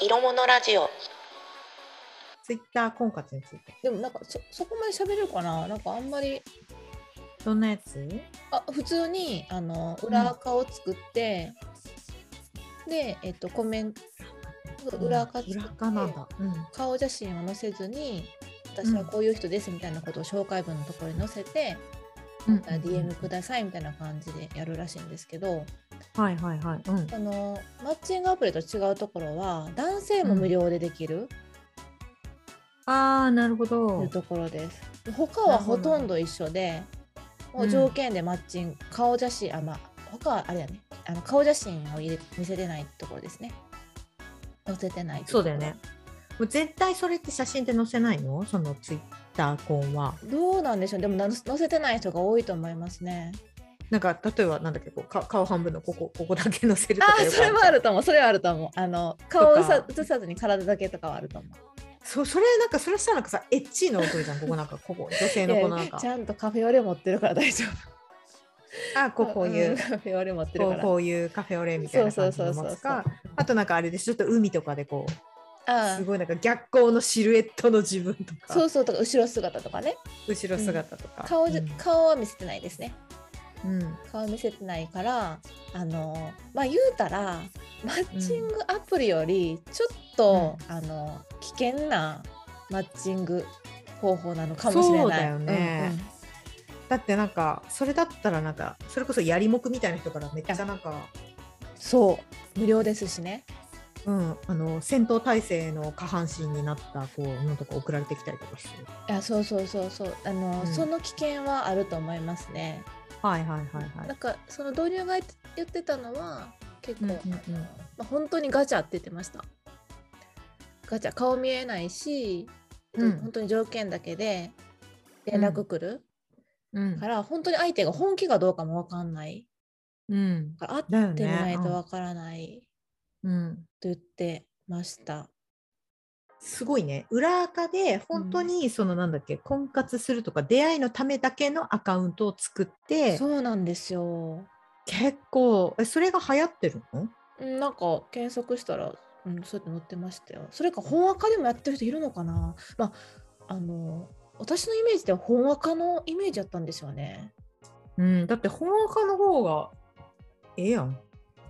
色物ラジオツイッター婚活について。でもなんかそそこまで喋れるかななんかあんまりどんなやつあ普通にあの裏垢を作って、で、えっと、コメント裏垢うん作って裏垢なんだ。うん。顔写真を載せずに私はこういう人ですみたいなことを紹介文のところに載せて、うんまた DM くださいみたいな感じでやるらしいんですけど、はいはいはい。うん。あのマッチングアプリと違うところは男性も無料でできるああ、なるほとどいう。ところです。他はほとんど一緒で、もう条件でマッチング、顔写真あまあ他はあれだねあの顔写真を入れ見せてないところですね。載せてないとこそろうだよね。。もう絶対それって写真って載せないのそのツイッター婚は。どうなんでしょうでもな載せてない人が多いと思いますね。なんか、例えばなんだっけ、こうか顔半分のここ、ここだけ載せるとあかーよくそれるはあると思うそれはあると思うあの顔をうさ映さずに体だけとかはあると思うそそれなんかそれしたらなんかさエッチーな音じゃんここなん かここ女性のこのなんかちゃんとカフェオレ持ってるから大丈 夫あこうこういんうカフェオレ持ってるこかうらこういうカフェオレみたいな感じの持つかあとなんかあれでしょちょっと海とかでこうあすごいなんか逆光のシルエットの自分とーそかうそうとか後ろ姿とかね後ろ姿とか顔じゃ、うん顔は見せてないですねうん顔見せてないからあのまあ言うたらマッチングアプリよりちょっと、あの危険なマッチング方法なのかもしれないそうだよねだってなんかそれだったらなんかそれこそやりもくみたいな人からめっちゃなんかうんそう無料ですしねうんあの戦闘態勢の下半身になったこうのとか送られてきたりとかしてあそうそうそうそうあの、うんその危険はあると思いますねはいはいはいはなんかその導入が言ってたのは結構、うんうんうんまあ、本当にガチャって言ってましたガチャ顔見えないし、うん本当に条件だけで連絡来る、うんから本当に相手が本気かどうかも分かんないうんからだよ会ってみないとねうん分からないうんと言ってました、すごいね裏垢で本当にそのなんだっけ、婚活するとか出会いのためだけのアカウントを作ってそうなんですよ結構えそれが流行ってるのうんなんか検索したら、うん、そうやって載ってましたよ。それか本赤でもやってる人いるのかな。まああの私のイメージでは本赤のイメージだったんですよね。うんだって本垢の方がええやん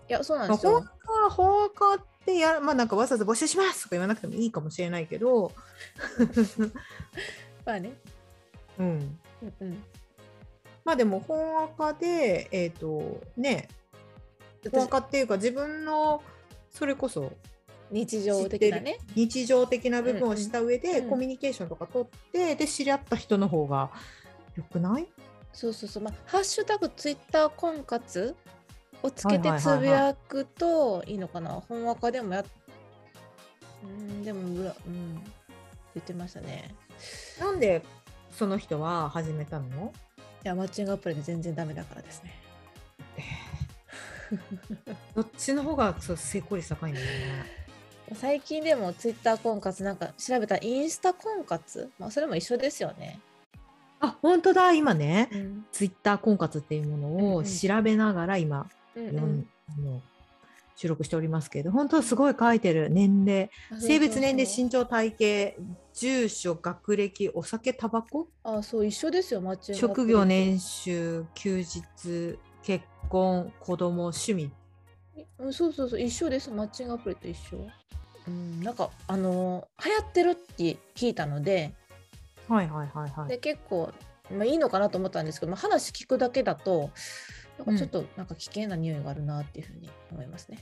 いやそうなんまあ、です放よ。火は放火ってや、まあ、なんかわざわざ募集しますとか言わなくてもいいかもしれないけど、まあね。うん、うんうん。まあでも本赤でえっ、とね本私赤っていうか自分のそれこそ日常的なね。日常的な部分をした上でうんコミュニケーションとか取ってで知り合った人の方がよくないそうそうそう。まあハッシュタグツイッター婚活をつけてはいはいはいはついぶやくといいのかな。本赤でもやっ。うんでもうらうん言ってましたね。なんでその人は始めたのいやマッチングアプリで全然ダメだからですね。どっちの方がそう成功率高いんだよね。最近でもツイッター婚活なんか調べたらインスタ婚活、まあ、それも一緒ですよね。あ本当だ今ねうんツイッター婚活っていうものうんうをん調べながら今うん読んあの収録しておりますけれど本当すごい書いてる年齢性別年齢身長体型住所学歴お酒タバコあそう一緒ですよマッチングアプリ職業年収休日結婚子供趣味うんそうそうそう一緒ですマッチングアプリと一緒うんなんかあのー流行ってるって聞いたのではいはいはいはでい結構、まあ、いいのかなと思ったんですけど、まあ、話聞くだけだとなんかちょっとなんか危険な匂いがあるなっていうふうに思いますね。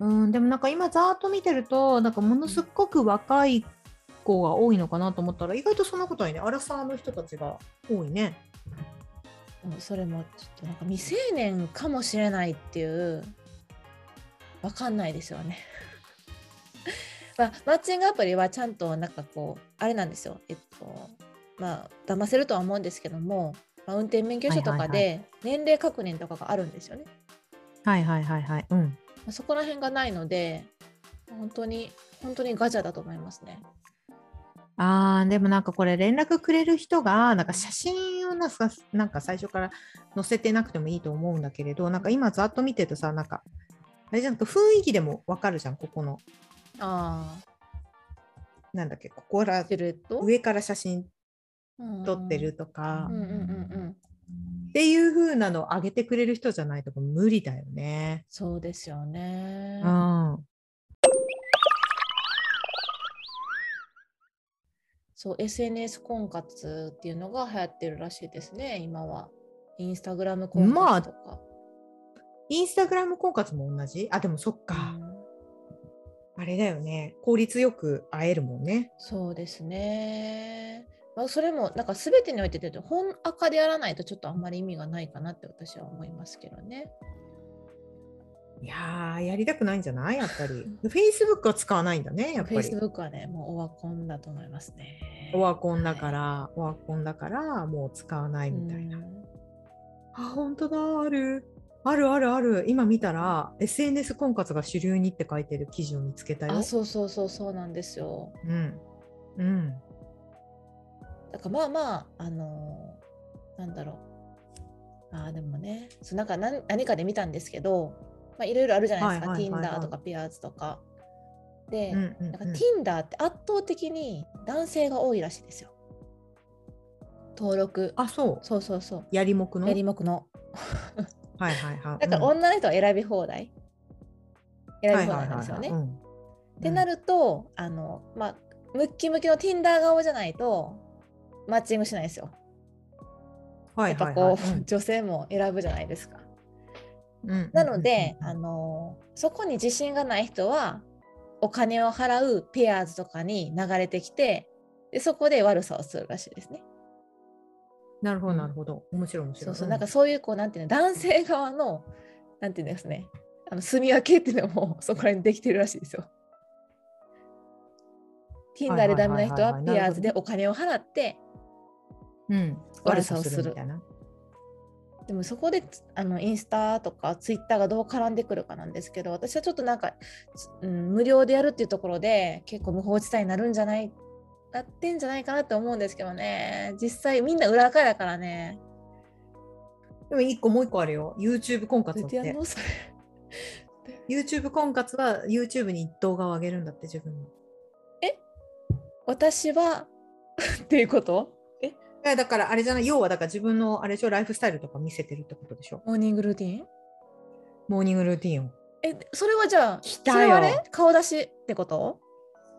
うんでもなんか今ざーっと見てるとなんかものすっごく若い子が多いのかなと思ったら意外とそんなことないねアラサーの人たちが多いねうんそれもちょっとなんか未成年かもしれないっていうわかんないですよね、 まあ、マッチングアプリはちゃんとなんかこうあれなんですよえっとまあ騙せるとは思うんですけども、まあ、運転免許証とはかいはいで年齢確認とかがあるんですよね、はいはいはいはいうんまあそこら辺がないので本当に本当にガチャだと思いますねあーでもなんかこれ連絡くれる人がなんか写真をなんかなんか最初から載せてなくてもいいと思うんだけれどなんか今ざっと見てるとさなんかあれじゃなく雰囲気でもわかるじゃんここのああなんだっけここらシルエット上から写真うん撮ってるとかうんうんうんうんっていう風なのを上げてくれる人じゃないと無理だよね。そうですよねうんそう SNS 婚活っていうのが流行ってるらしいですね今はインスタグラム婚まあ活とか、インスタグラム婚活も同じあでもそっか、うんあれだよね効率よく会えるもんね。そうですね、まあ、それもなんか全てにおいてだと本赤でやらないとちょっとあんまり意味がないかなって私は思いますけどねいやーやりたくないんじゃないやっぱ り。Facebook は使わないんだねやっぱり。 Facebook はねもうオワコンだと思いますねオワコンだからオワコンだからもう使わないみたいな。うんあ本当だある。あるあるある今見たら SNS 婚活が主流にって書いてる記事を見つけたよ。あそうそうそうそうなんですようん。うん。だからまあまああのーなんだろうあーでもねそうなんか何何かで見たんですけどまあいろいろあるじゃないですか、はいはいはいはい Tinder とか Peers とかで、うんうんなんかうん Tinder って圧倒的に男性が多いらしいですよ登録あそう。そうそうそうやりもくのやりもくのはいはいはい。だからうん女の人は選び放題選び放題なんですよね、ってなる、るとあのまあムッキムキの Tinder 顔じゃないとマッチングしないですよはいやっぱはいこう、はいうん女性も選ぶじゃないですか。うんうんうん なので、あののそこに自信がない人はお金を払うペアーズとかに流れてきてでそこで悪さをするらしいですね。なるほどなるほど面白い面白いそうそうなんかそういうこうなんていうの男性側のなんていうんですかねあの住み分けっていうのも そこら辺にできてるらしいですよ。はいはい Tinder はいはでいダメな人はペアーズでお金を払ってうん悪悪ささををすするるみたいなでもそこでつあのインスタとかツイッターがどう絡んでくるかなんですけど私はちょっとなんか、つうん、無料でやるっていうところで結構無法地帯になるんじゃないなってんじゃないかなって思うんですけどね実際みんな裏垢だからねでも一個もう一個あるよ YouTube 婚活だっどうやってやてんのそれ YouTube 婚活は YouTube に動画を上げるんだって自分の私はっていうことえいやだからあれじゃない要はだから自分のあれでしょライフスタイルとか見せてるってことでしょモーニングルーティンモーニングルーティンをえそれはじゃあ来そたよれはあれ顔出しってこと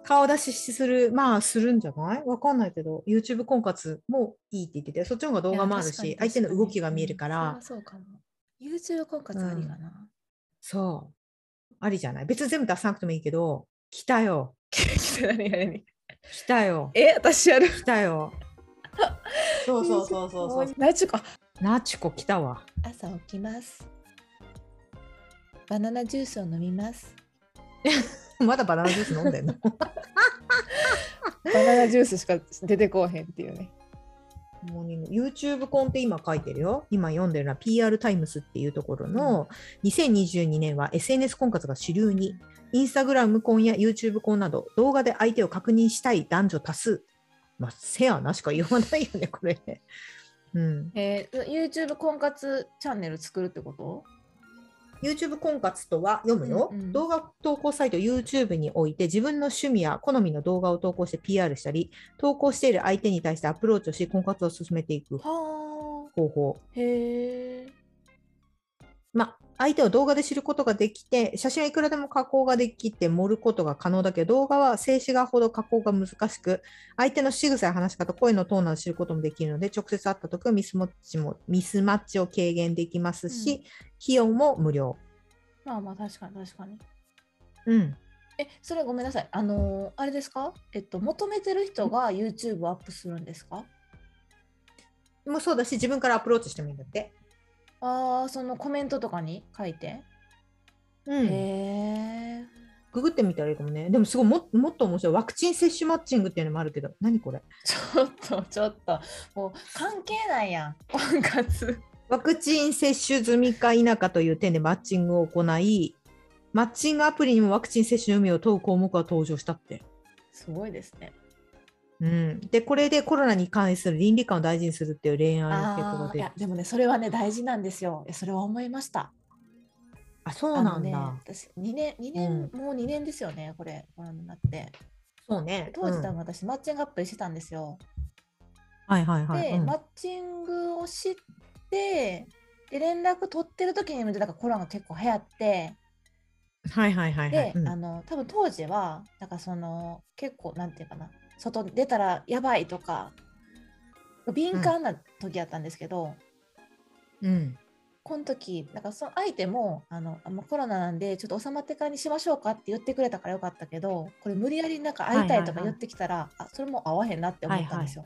顔出しするまあするんじゃないわかんないけど YouTube 婚活もいいって言っててそっちの方が動画もあるいしや相確か手にの動きが見えるから、うんそれはそうかも YouTube 婚活ありか な、そう。ありじゃない別に全部出さなくてもいいけど、来たよ。何何来たよ。え私やる来た よ。そうそうそう そう そう。ラジコあなちこ来たわ。朝起きます。バナナジュースを飲みます。まだバナナジュース飲んでんのバナナジュースしか出てこうへんっていうね。モーニング ?YouTube コンって今書いてるよ。今読んでるのは PR タイムスっていうところの、2022年は SNS 婚活が主流に、インスタグラム婚や YouTube 婚など動画で相手を確認したい男女多数。まあ、せやなしか言わないよね、 これね。うん。えー、YouTube 婚活チャンネル作るってこと？ YouTube 婚活とは読むよ、うんうん動画投稿サイト YouTube において自分の趣味や好みの動画を投稿して PR したり投稿している相手に対してアプローチをし婚活を進めていくはあ。方法へえ。まあ相手を動画で知ることができて写真はいくらでも加工ができて盛ることが可能だけど動画は静止画ほど加工が難しく相手の仕草や話し方声のトーンなど知ることもできるので直接会った時はミスマッチもミスマッチを軽減できますし、うん費用も無料。まあまあ確かに確かに。うんえ、それごめんなさい。あのーあれですか？えっと求めてる人が YouTube をアップするんですか？もうそうだし自分からアプローチしてもいいんだって。ああ、そのコメントとかに書いて。うんへえ。ググってみたらいいかもね。でもすごいももっと面白い。ワクチン接種マッチングっていうのもあるけど、何これちょっとちょっともう関係ないやん婚活。ワクチン接種済みか否かという点でマッチングを行い、マッチングアプリにもワクチン接種の有無を問う項目が登場したって。すごいですね。うん、で、これでコロナに関する倫理観を大事にするっていう恋愛の傾向がああ、い出るや、でもね、それはね、大事なんですよ。いやそれは思いました。あ、そうあなのんね、だ。私2年2年、もう2年ですよねこれご覧になってそうね。当時うん多分私、マッチングアプリしてたんですよはいはいはい。で、うんマッチングを知ってで連絡取ってる時にもなんかコロナ結構流行ってはいはいはいはい。で、うんあの多分当時はなんかその結構なんていうかな外に出たらやばいとか敏感な時だったんですけど、うんこの時なんかその相手もあのあもうコロナなんでちょっと収まってからにしましょうかって言ってくれたからよかったけどこれ無理やりなんか会いたいはいはとかいはい言ってきたら、あそれもう会わへんなって思ったんですよ。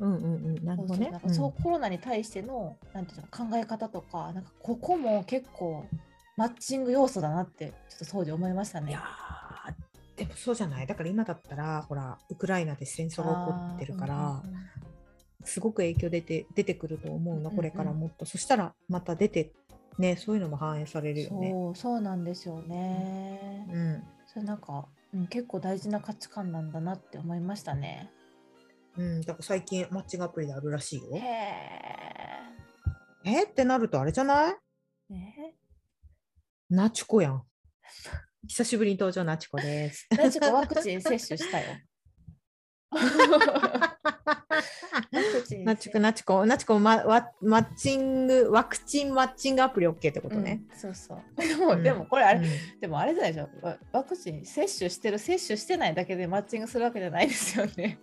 うんうんうん。なるほどそうそうねなん。かそうコロナに対してのなんていうの考え方とかなんかここも結構マッチング要素だなってちょっと当時思いましたうんいねや。ーでもそうじゃない。だから今だったら、ほら、ウクライナで戦争が起こってるから、あーうんうんうんすごく影響出て出てくると思ううんうんな、うんこれからもっと。そしたら、また出て、ね、そういうのも反映されるよね。そうそうなんですよね。うんそれなんか、うん、結構大事な価値観なんだなって思いましたね。うん、だから最近マッチングアプリであるらしいよへ。え。えってなるとあれじゃないね、ナチコや ん。久しぶりに登場ナチコです。なちょっとワクチン接種したよ。ワクチンナチコナチコナチコマワマッチングワクチンマッチングアプリ OK ってことね。うんそうそう。でも、うんでもこれあれ、うんでもあれじゃないでしょ。ワワクチン接種してる接種してないだけでマッチングするわけじゃないですよね。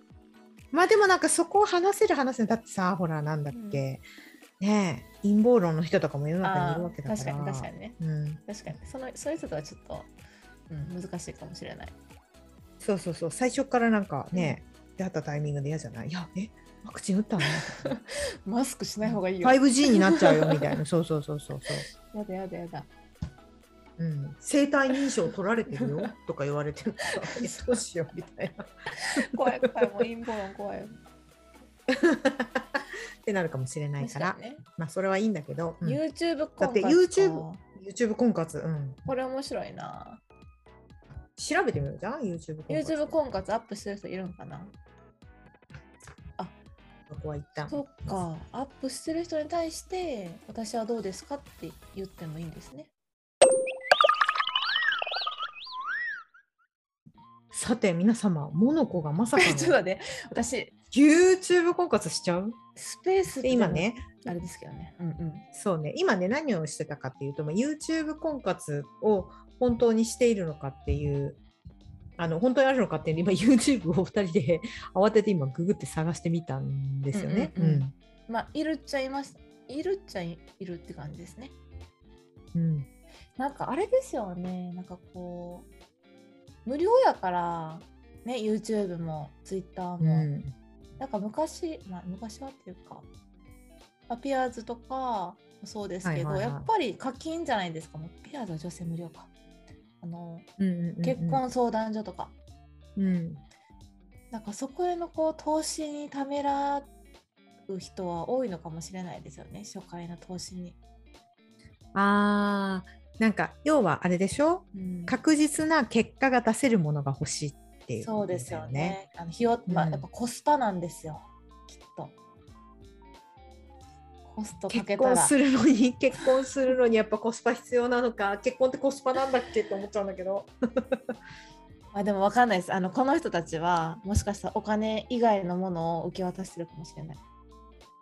まあでもなんかそこを話せる話せないだってさほらなんだっけ、ねえ陰謀論の人とかも世の中にいるわけーだか。確からに確かにね。うん、確かに。そのそういう人とはちょっと、うん、難しいかもしれない。そうそうそう最初からなんかね、出会ったタイミングで嫌じゃないいやえワクチン打ったのマスクしない方がいいよ。 5G になっちゃうよみたいなそうそうそうそうそう。やだやだやだ。うん、生体認証取られてる よとか言われてるからいやどうしようみたいなっ怖い怖い、もう陰謀論怖い。てなるかもしれないから確かにね、まあそれはいいんだけど、うん YouTube だ婚っ活てか YouTube YouTube 婚活、うん、これ面白いな。調べてみようじゃん YouTube 婚活 YouTube 婚活アップしてる人いるんかなここは一旦そっか、アップしてる人に対して、私はどうですかって言ってもいいんですね。さて皆様モノコがまさか ちょっと待のって、私、 YouTube 婚活しちゃうスペースってで今。ねあれですけどね。うんうん。そうね今ね何をしてたかっていうと、まあ、YouTube 婚活を本当にしているのかっていうあの本当にあるのかっていうの今 YouTube を2人で 慌てて今ググって探してみたんですよね。うんうんまあ、いるっちゃいます。いるっちゃいいるって感じですね。うんうんなんかあれですよね、なんかこう、無料やから、ね、YouTube も Twitter も。うんなんか昔、まあ、昔はっていうか、まあ、ピアーズとかもそうですけど、はいはいはいやっぱり課金じゃないですか、もうピアーズは女性無料か。あのうんうんうん結婚相談所とか、うんなんかそこへのこう投資にためらう人は多いのかもしれないですよね、初回の投資に。あーなんか要はあれでしょうん確実な結果が出せるものが欲しいっていうそこうとだですよ。ね。あの費用、まあ、うんやっぱコスパなんですよ、きっと。コストかけ結た婚らす。るのに結婚するのにやっぱコスパ必要なのか結婚ってコスパなんだっけって思っちゃうんだけど。まあでもわかんないです。あのこの人たちはもしかしたらお金以外のものを受け渡してるかもしれない。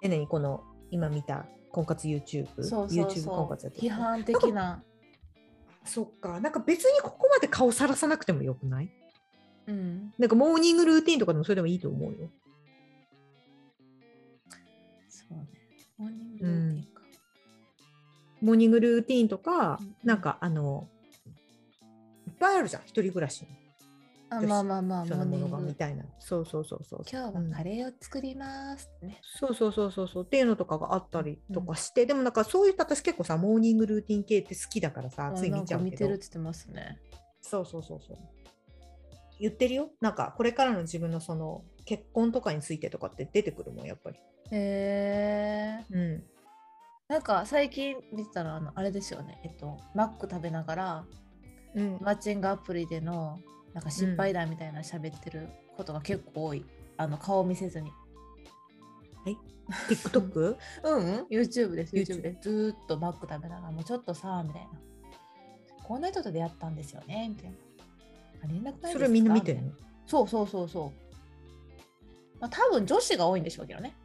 え、何この今見た婚活 YouTube、そうそう YouTube そ婚う活やって批る。判的な。そっか、なんか別にここまで顔さらさなくてもよくないうん。なんかモーニングルーティンとかでもそれでもいいと思うよ。そうね。モーニングルーティンか。モーニングルーティンとかうん、なんかあの、いっぱいあるじゃん、一人暮らしあまあまあまあのモそのーもニのンがグみ。たいな。そうそうそうそう。今う日んはカレーを作ります、ね。そうそうそうそうそうっていうのとかがあったりとかして、でもなんかそういった私結構さモーニングルーティン系って好きだからさあつい見ちゃなんうけか見てどるって言ってますね。そうそうそうそう言ってるよなんかこれからの自分のその結婚とかについてとかって出てくるもんやっぱりへえ。うんなんか最近見てたらあのあれですよね。えっとマック食べながらうんマッチングアプリでのなんか失敗談みたいな喋ってることが結構多い。あの顔見せずに。 TikTok? うん、うん、YouTube です YouTube YouTube ですずーっとマック食べながらもうちょっとさみたいなこんな人と出会ったんですよねみたいな。あ連絡ないですかそれみんな見てみるのたいなそうそうそうそう。まあ多分女子が多いんでしょうけどね。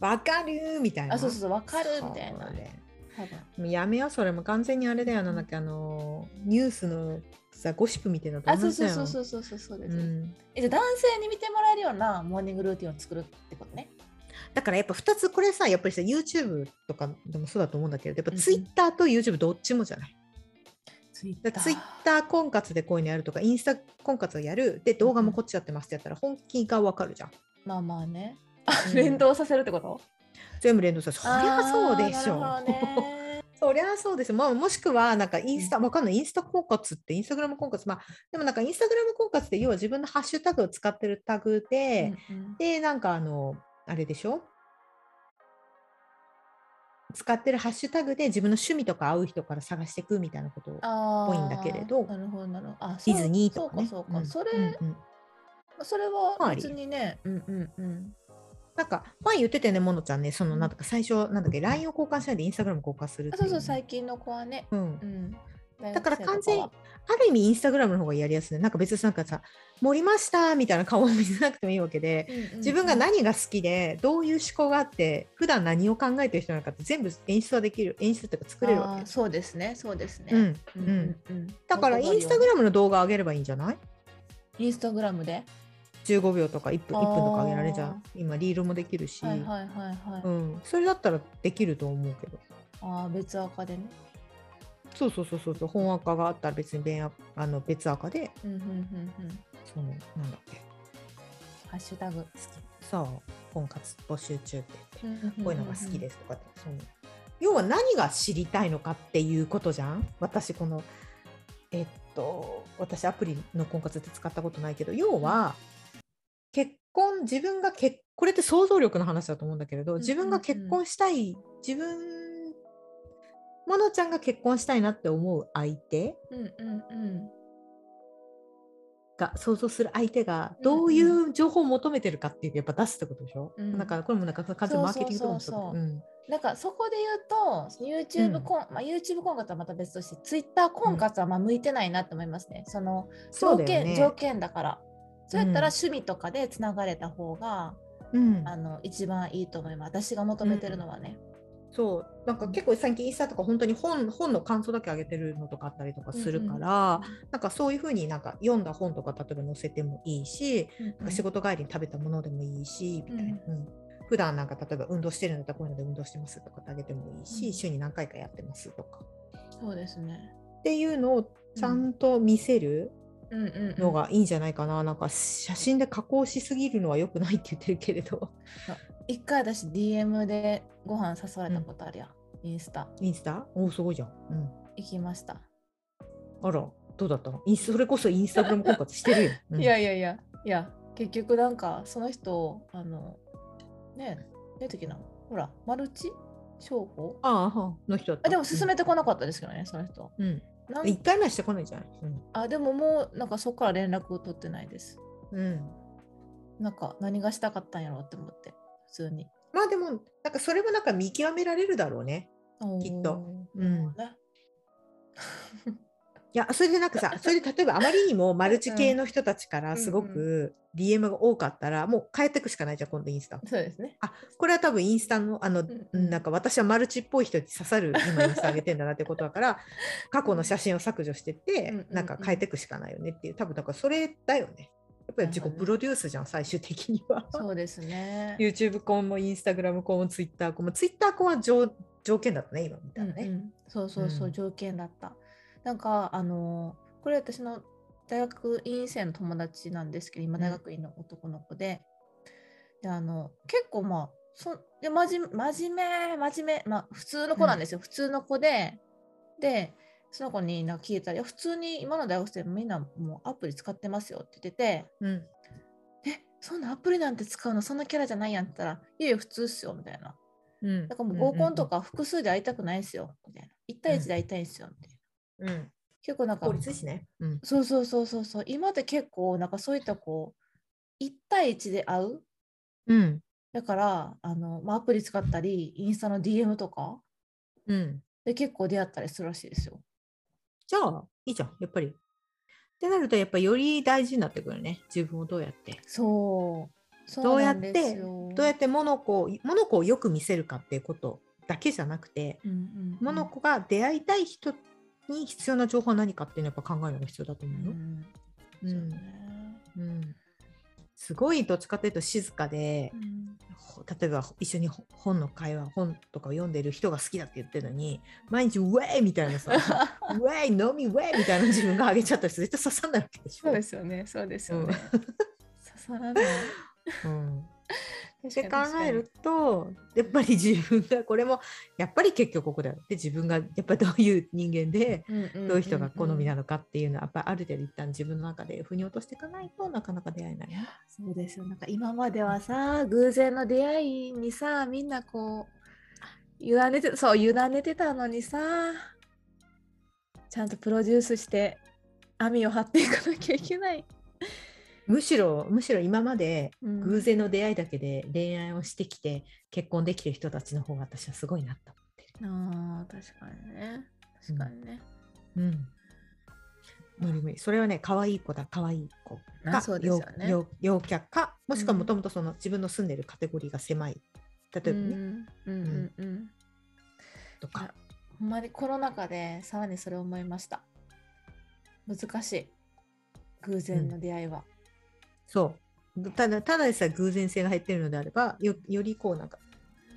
わかるーみたいな。あそうそうそうわかるみたいなそう。ね多分もうやめようそれも完全にあれだよなんだっけあのーニュースのさゴシップみたいなのとあ同そうじだそうよそうそうそうそうそうです、うんえじゃあ男性に見てもらえるようなモーニングルーティンを作るってことね。だからやっぱ2つこれさやっぱりさ YouTube とかでもそうだと思うんだけどやっうぱん Twitter と YouTube どっちもじゃない、ツイだから Twitter 婚活でこういうのやるとかインスタ婚活をやるで動画もこっちやってますってやったら本気がわかるじゃん、まあまあね。あうん連動させるってこと、全部連動さそりゃそうでしょあーなるほどねそりゃそうですよ、まあ、もしくはなんかインスタ、わかんない、インスタ婚活って、インスタグラム婚活、まあ、でもなんかインスタグラム婚活って、要は自分のハッシュタグを使ってるタグ で、うんうんで、なんかあの、あれでしょ使ってるハッシュタグで自分の趣味とか合う人から探していくみたいなことを。あぽーいんだけれどなるほどなるほど。あディズニーとかね。そうかそうか。んそれ、うんうんそれはあり別にね。うんうんうん。なんか前言ってたよね、ものちゃんね、そのなんか最初、なんだっけ、LINE を交換しないでインスタグラム交換するっあていそうねそう最近の子はね。うんう、ん。だから完全に大学ある意味インスタグラムの方がやりやすいねなんか別になんかさ「盛りました」みたいな顔を見せなくてもいいわけで生とかはうんうんうん自分が何が好きでどういう思考があって普段何を考えてる人なのかって全部演出はできる演出っていうか作れるわあけーそうですねそうですね。うんうんうんうんだからインスタグララムの動画上げればいいんじゃないムインスタグラムで。 15秒とか1分あー ,1 分とか上げられちゃう今リールもできるし、はいはいはいはい。うん、それだったらできると思うけどああ別アカでね。そうそうそうそうそう本赤があったら別に便あの別赤でうんうんうんうん。そのなんだっけハッシュタグ。さあ婚活募集中って言って。ここういうのが好きですとかって、その要は何が知りたいのかっていうことじゃん私このえっと私アプリの婚活って使ったことないけど要は結婚自分が結これって想像力の話だと思うんだけれどんうん自分が結婚したい、自分ものちゃんが結婚したいなって思う相手うんうんうん。が想像する相手がどういう情報を求めてるかっていうやっぱ出すってことでしょ、うんなんかこれもなんか完全にマーケティングとかもそうだけどそうそうそううんなんかそこで言うと YouTube コン、まあ YouTube 婚活はまた別として Twitter 婚活はまあ向いてないなって思いますね。そのそ条うだ件よね条件だから。そうやったらうん趣味とかでつながれた方が、うんあの一番いいと思います。私が求めてるのはね。そうなんか結構最近インスタとか本当に本本の感想だけ上げてるのとかあったりとかするから、なんかそういうふうになんか読んだ本とか例えば載せてもいいし、なんか仕事帰りに食べたものでもいいしみたいな、うん普段なんか例えば運動してるのだったらこういうので運動してますとかってあげてもいいし、うん週に何回かやってますとかそうですね。っていうのをちゃんと見せるうんうん、うん。のがいいんじゃないかな、なんか写真で加工しすぎるのは良くないって言ってるけれど 一回私 DM でご飯誘われたことあるや、ん、インスタインスタおおすごいじゃん、うん、行きました、あらどうだったのインスそれこそインスタグラム婚活してるよ、うんいやいやいやいや結局なんかその人あのねえ出てきなほらマルチ商法ああ、はあの人だった。あでも進めてこなかったですけどね、その人うん。なうんん、1回目はしてこないじゃない。うん。あでももうなんかそこから連絡を取ってないですうん、なんか何がしたかったんやろうって思って普通にまあでも、なんかそれもなんか見極められるだろうね。きっとううんんねいや、それでなんかさ、それで例えばあまりにもマルチ系の人たちかうんらすごうく DM が多かったら、もう変えていくしかないじゃん、今度インスタ。そうですねこれは多分インスタの、あの、んうんなんか私はマルチっぽい人に刺さる今インスタ上げてんだなってことだから 過去の写真を削除してってうんうんうんなんか変えていくしかないよねっていう多分だからそれだよねやっぱり自己プロデュースじゃん最終的にはそうですね YouTube 婚も Instagram 婚も Twitter 婚も Twitter 婚は条条件だったね今みたいなうんうね。んそうそうそう、うん条件だったなんかあのこれ私の大学院生の友達なんですけど今うん大学院の男の子で,、であの結構まあそで真面真面目真面目まあ普通の子なんですよ、普通の子ででその子になんか聞いたらいや普通に今の大学生みんなもうアプリ使ってますよって言ってうんて「えそんなアプリなんて使うのそんなキャラじゃないやん」って言ったら「いやいや普通っすよ」みたいなうんだからもう合コンとか複数で会いたくないんすよ、みたいな。1対1で会いたいんすよ、みたいな。うんうんうん結構なんか法、律ですね。うんそうそうそうそうそう、今って結構なんかそういったこう、1対1で会ううんだから、あの、まあ、アプリ使ったり、インスタの DM とかうんで結構出会ったりするらしいですよ。じゃあいいじゃんやっぱり。ってなるとやっぱより大事になってくるね自分をどうやってそう。そどうやってなんですよどうやってモノコをモノコをよく見せるかっていうことだけじゃなくてうんうんうんモノコが出会いたい人に必要な情報は何かっていうのをやっぱ考えるのが必要だとう思うよ。んうそうんねうんすごいどっちかというと静かでうんほ例えば一緒にほ本の会話本とかを読んでる人が好きだって言ってるのに毎日「ウェイ!」みたいな さ「ウェイ飲みウェイ!」みたいな自分が上げちゃったら絶対刺さんないわけでしょ。そうですよね。そうですよね。刺さらない。うんっ確て考かにえるとやっぱり自分がこれもやっぱり結局ここだよって自分がやっぱどういう人間で確かにどういう人が好みなの、のかっていうのはやっぱりある程度一旦自分の中で腑に落としていかないとなかなか出会えないね。そうですよなんか今まではさ偶然の出会いにさみんなこう委ねてそう委ねてたのにさちゃんとプロデュースして網を張っていかなきゃいけない、むしろむしろ今までうん偶然の出会いだけで恋愛をしてきて結婚できる人たちの方が私はすごいなと思ってる。あー確かにね確かにね、うん無理無理それはね可愛い子だ可愛い子あかそうです陽よね陽陽キャかもしくはうんもともとその自分の住んでるカテゴリーが狭い例えばね、うんうんうんうんといかやほんまにコロナ禍でさらにそれを思いました難しい偶然の出会いは、そうただただでさえ偶然性が減ってるのであればよよりこうなんか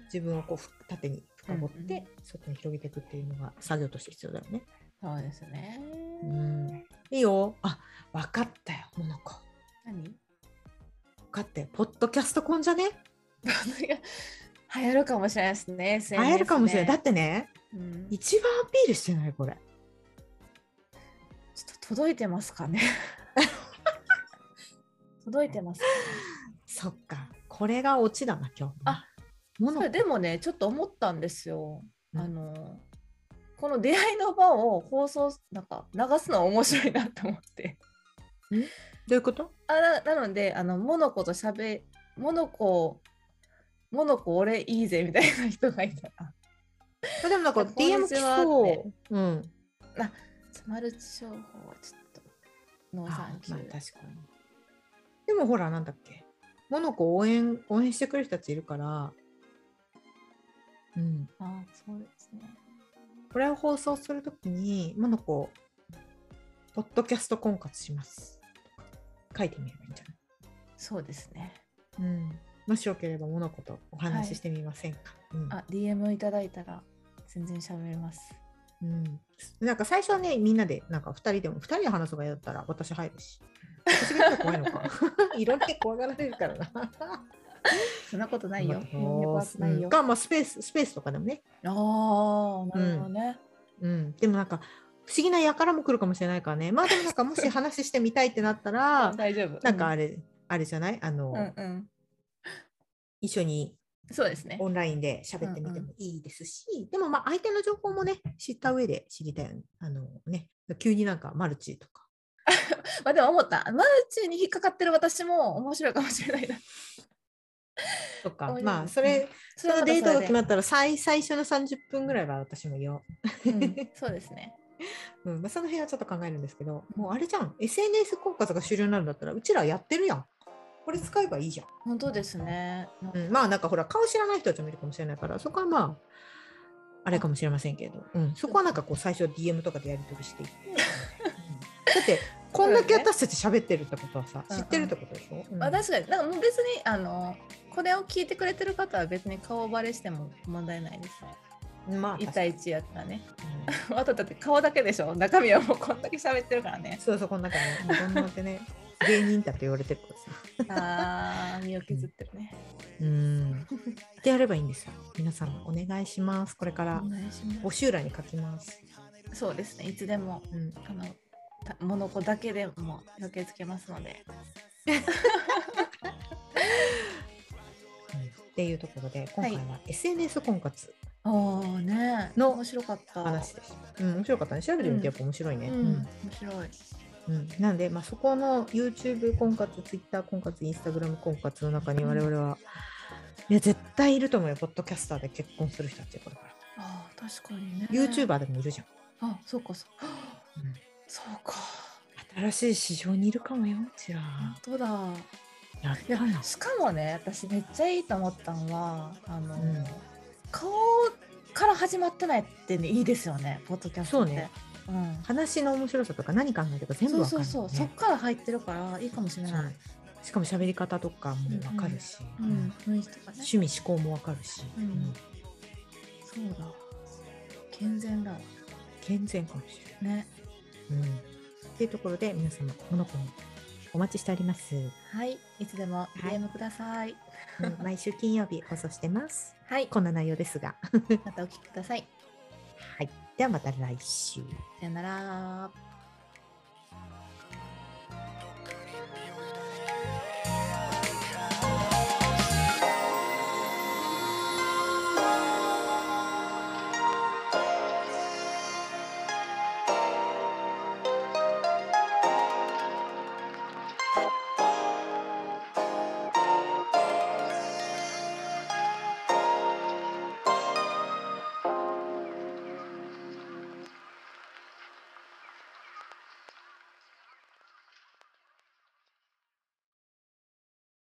自分をこうふ縦に深掘っうんうて外に広げていくっていうのが作業として必要だよね。そうですね、うんいいよあ分かったよモノコ何分かったよポッドキャスト婚じゃね 流行るかもしれないですね。SNS ね会えるかもしれない、だってねうんちょ一番アピールしてないこれっと届いてます かね。届いてますか、そっかこれがオチだな今日あモノね。そコれでもね、ちょっと思ったんですよ。うんあの、この出会いの場を放送、なんか流すのは面白いなと思って。どういうことあななのであのモノコとしゃべモノコモノコ俺いいぜみたいな人がいたらあでもなんかいやこんにちは DM 来そっう、うん、マルチ商法はちょっとノーサンキュー、にでもほらなんだっけモノコ応援応援してくれる人たちいるからうんああそうですねこれを放送するときにモノコポッドキャスト婚活します書いてみればいいんじゃないそうですねうん、もしよければモノコとお話ししてみませんか、うんあ DM いただいたら全然しゃべりますうん、なんか最初はねみんなでなんか2人でも2人で話すが嫌だったら私入るし私が一番怖いの かいろんな怖がられるからなそんなことないようん遠慮はないよ、か、まあ、スペーススペースとかでもね、ああなるほどね、うん、でもなんか不思議な輩も来るかもしれないからねまあでもなんかもし話してみたいってなった ら大丈夫なんかあれ、あれじゃないあの、うんうんうん一緒にそうですねオンラインで喋ってみてもいいですし、でもまあ相手の情報もね知った上で知りたいよねあのね急になんかマルチとかまあでも思ったマルチに引っかかってる私も面白いかもしれないなとか面白いまうあんそれ、 そそのデートが決ままったら最最初の30分ぐらいは私もよ、うん、そうですね。うんまあ、その辺はちょっと考えるんですけどもうあれじゃん SNS 効果とか主流になるんだったらうちらやってるやんこれ使えばいいじゃん本当ですね。うん、まあなんかほら顔知らない人たちもいるかもしれないからそこはまああれかもしれませんけど、うん、そこはなんかこう最初 DM とかでやり取り していって、うんだってこんだけ私たち喋ってるってことはさ、うんう知んってるってことでしょ、うんまあ確かに、なんかもう別にあのこれを聞いてくれてる方は別に顔バレしても問題ないですね。まあ確1かに対1やったらね。 うんあとだって顔だけでしょ。中身はもうこんだけ喋ってるから ね。そうそうこんだけねもうどんなってね 芸人だと言われてるからさあー身を削ってるね。 うんでやればいいんですよ皆さんお願いしますこれかおら願いしま募集欄に書きます、す。そうですね。いつでもうん、あのたモノコだけでも受け付けますので。っていうところで今回は SNS 婚活おおね。の面白かった。話でした、うん、面白かったね調べてみてやっぱ面白いうんね、面白い。うん、なんで、まあ、そこの YouTube 婚活、Twitter 婚活、Instagram 婚活の中に我々は、いや、絶対いると思うよ、ポッドキャスターで結婚する人たち、これから。ああ確かにね。 YouTuber でもいるじゃん。あそうかそう。そうか。新しい市場にいるかもよ、じゃあ。本当だ。やったな。しかもね、私めっちゃいいと思ったのは、あの、うん顔から始まってないってね、いいですよね、ポッドキャストって。そうね。うん。話の面白さとか何考えてるか全部そうわかそる、うね。そう、そっから入ってるからいいかもしれない。しかも喋り方とかもわかるし、うん、雰囲気とかね。趣味思考もわかるし、うんそうだ。健全だわ。健全かもしれね。ない。うん、というところで皆様この子もお待ちしており ます。はい、いつでも DM ください。うん毎週金曜日放送してます。はい、こんな内容ですが、またお聞きください。はい、ではまた来週。さよなら。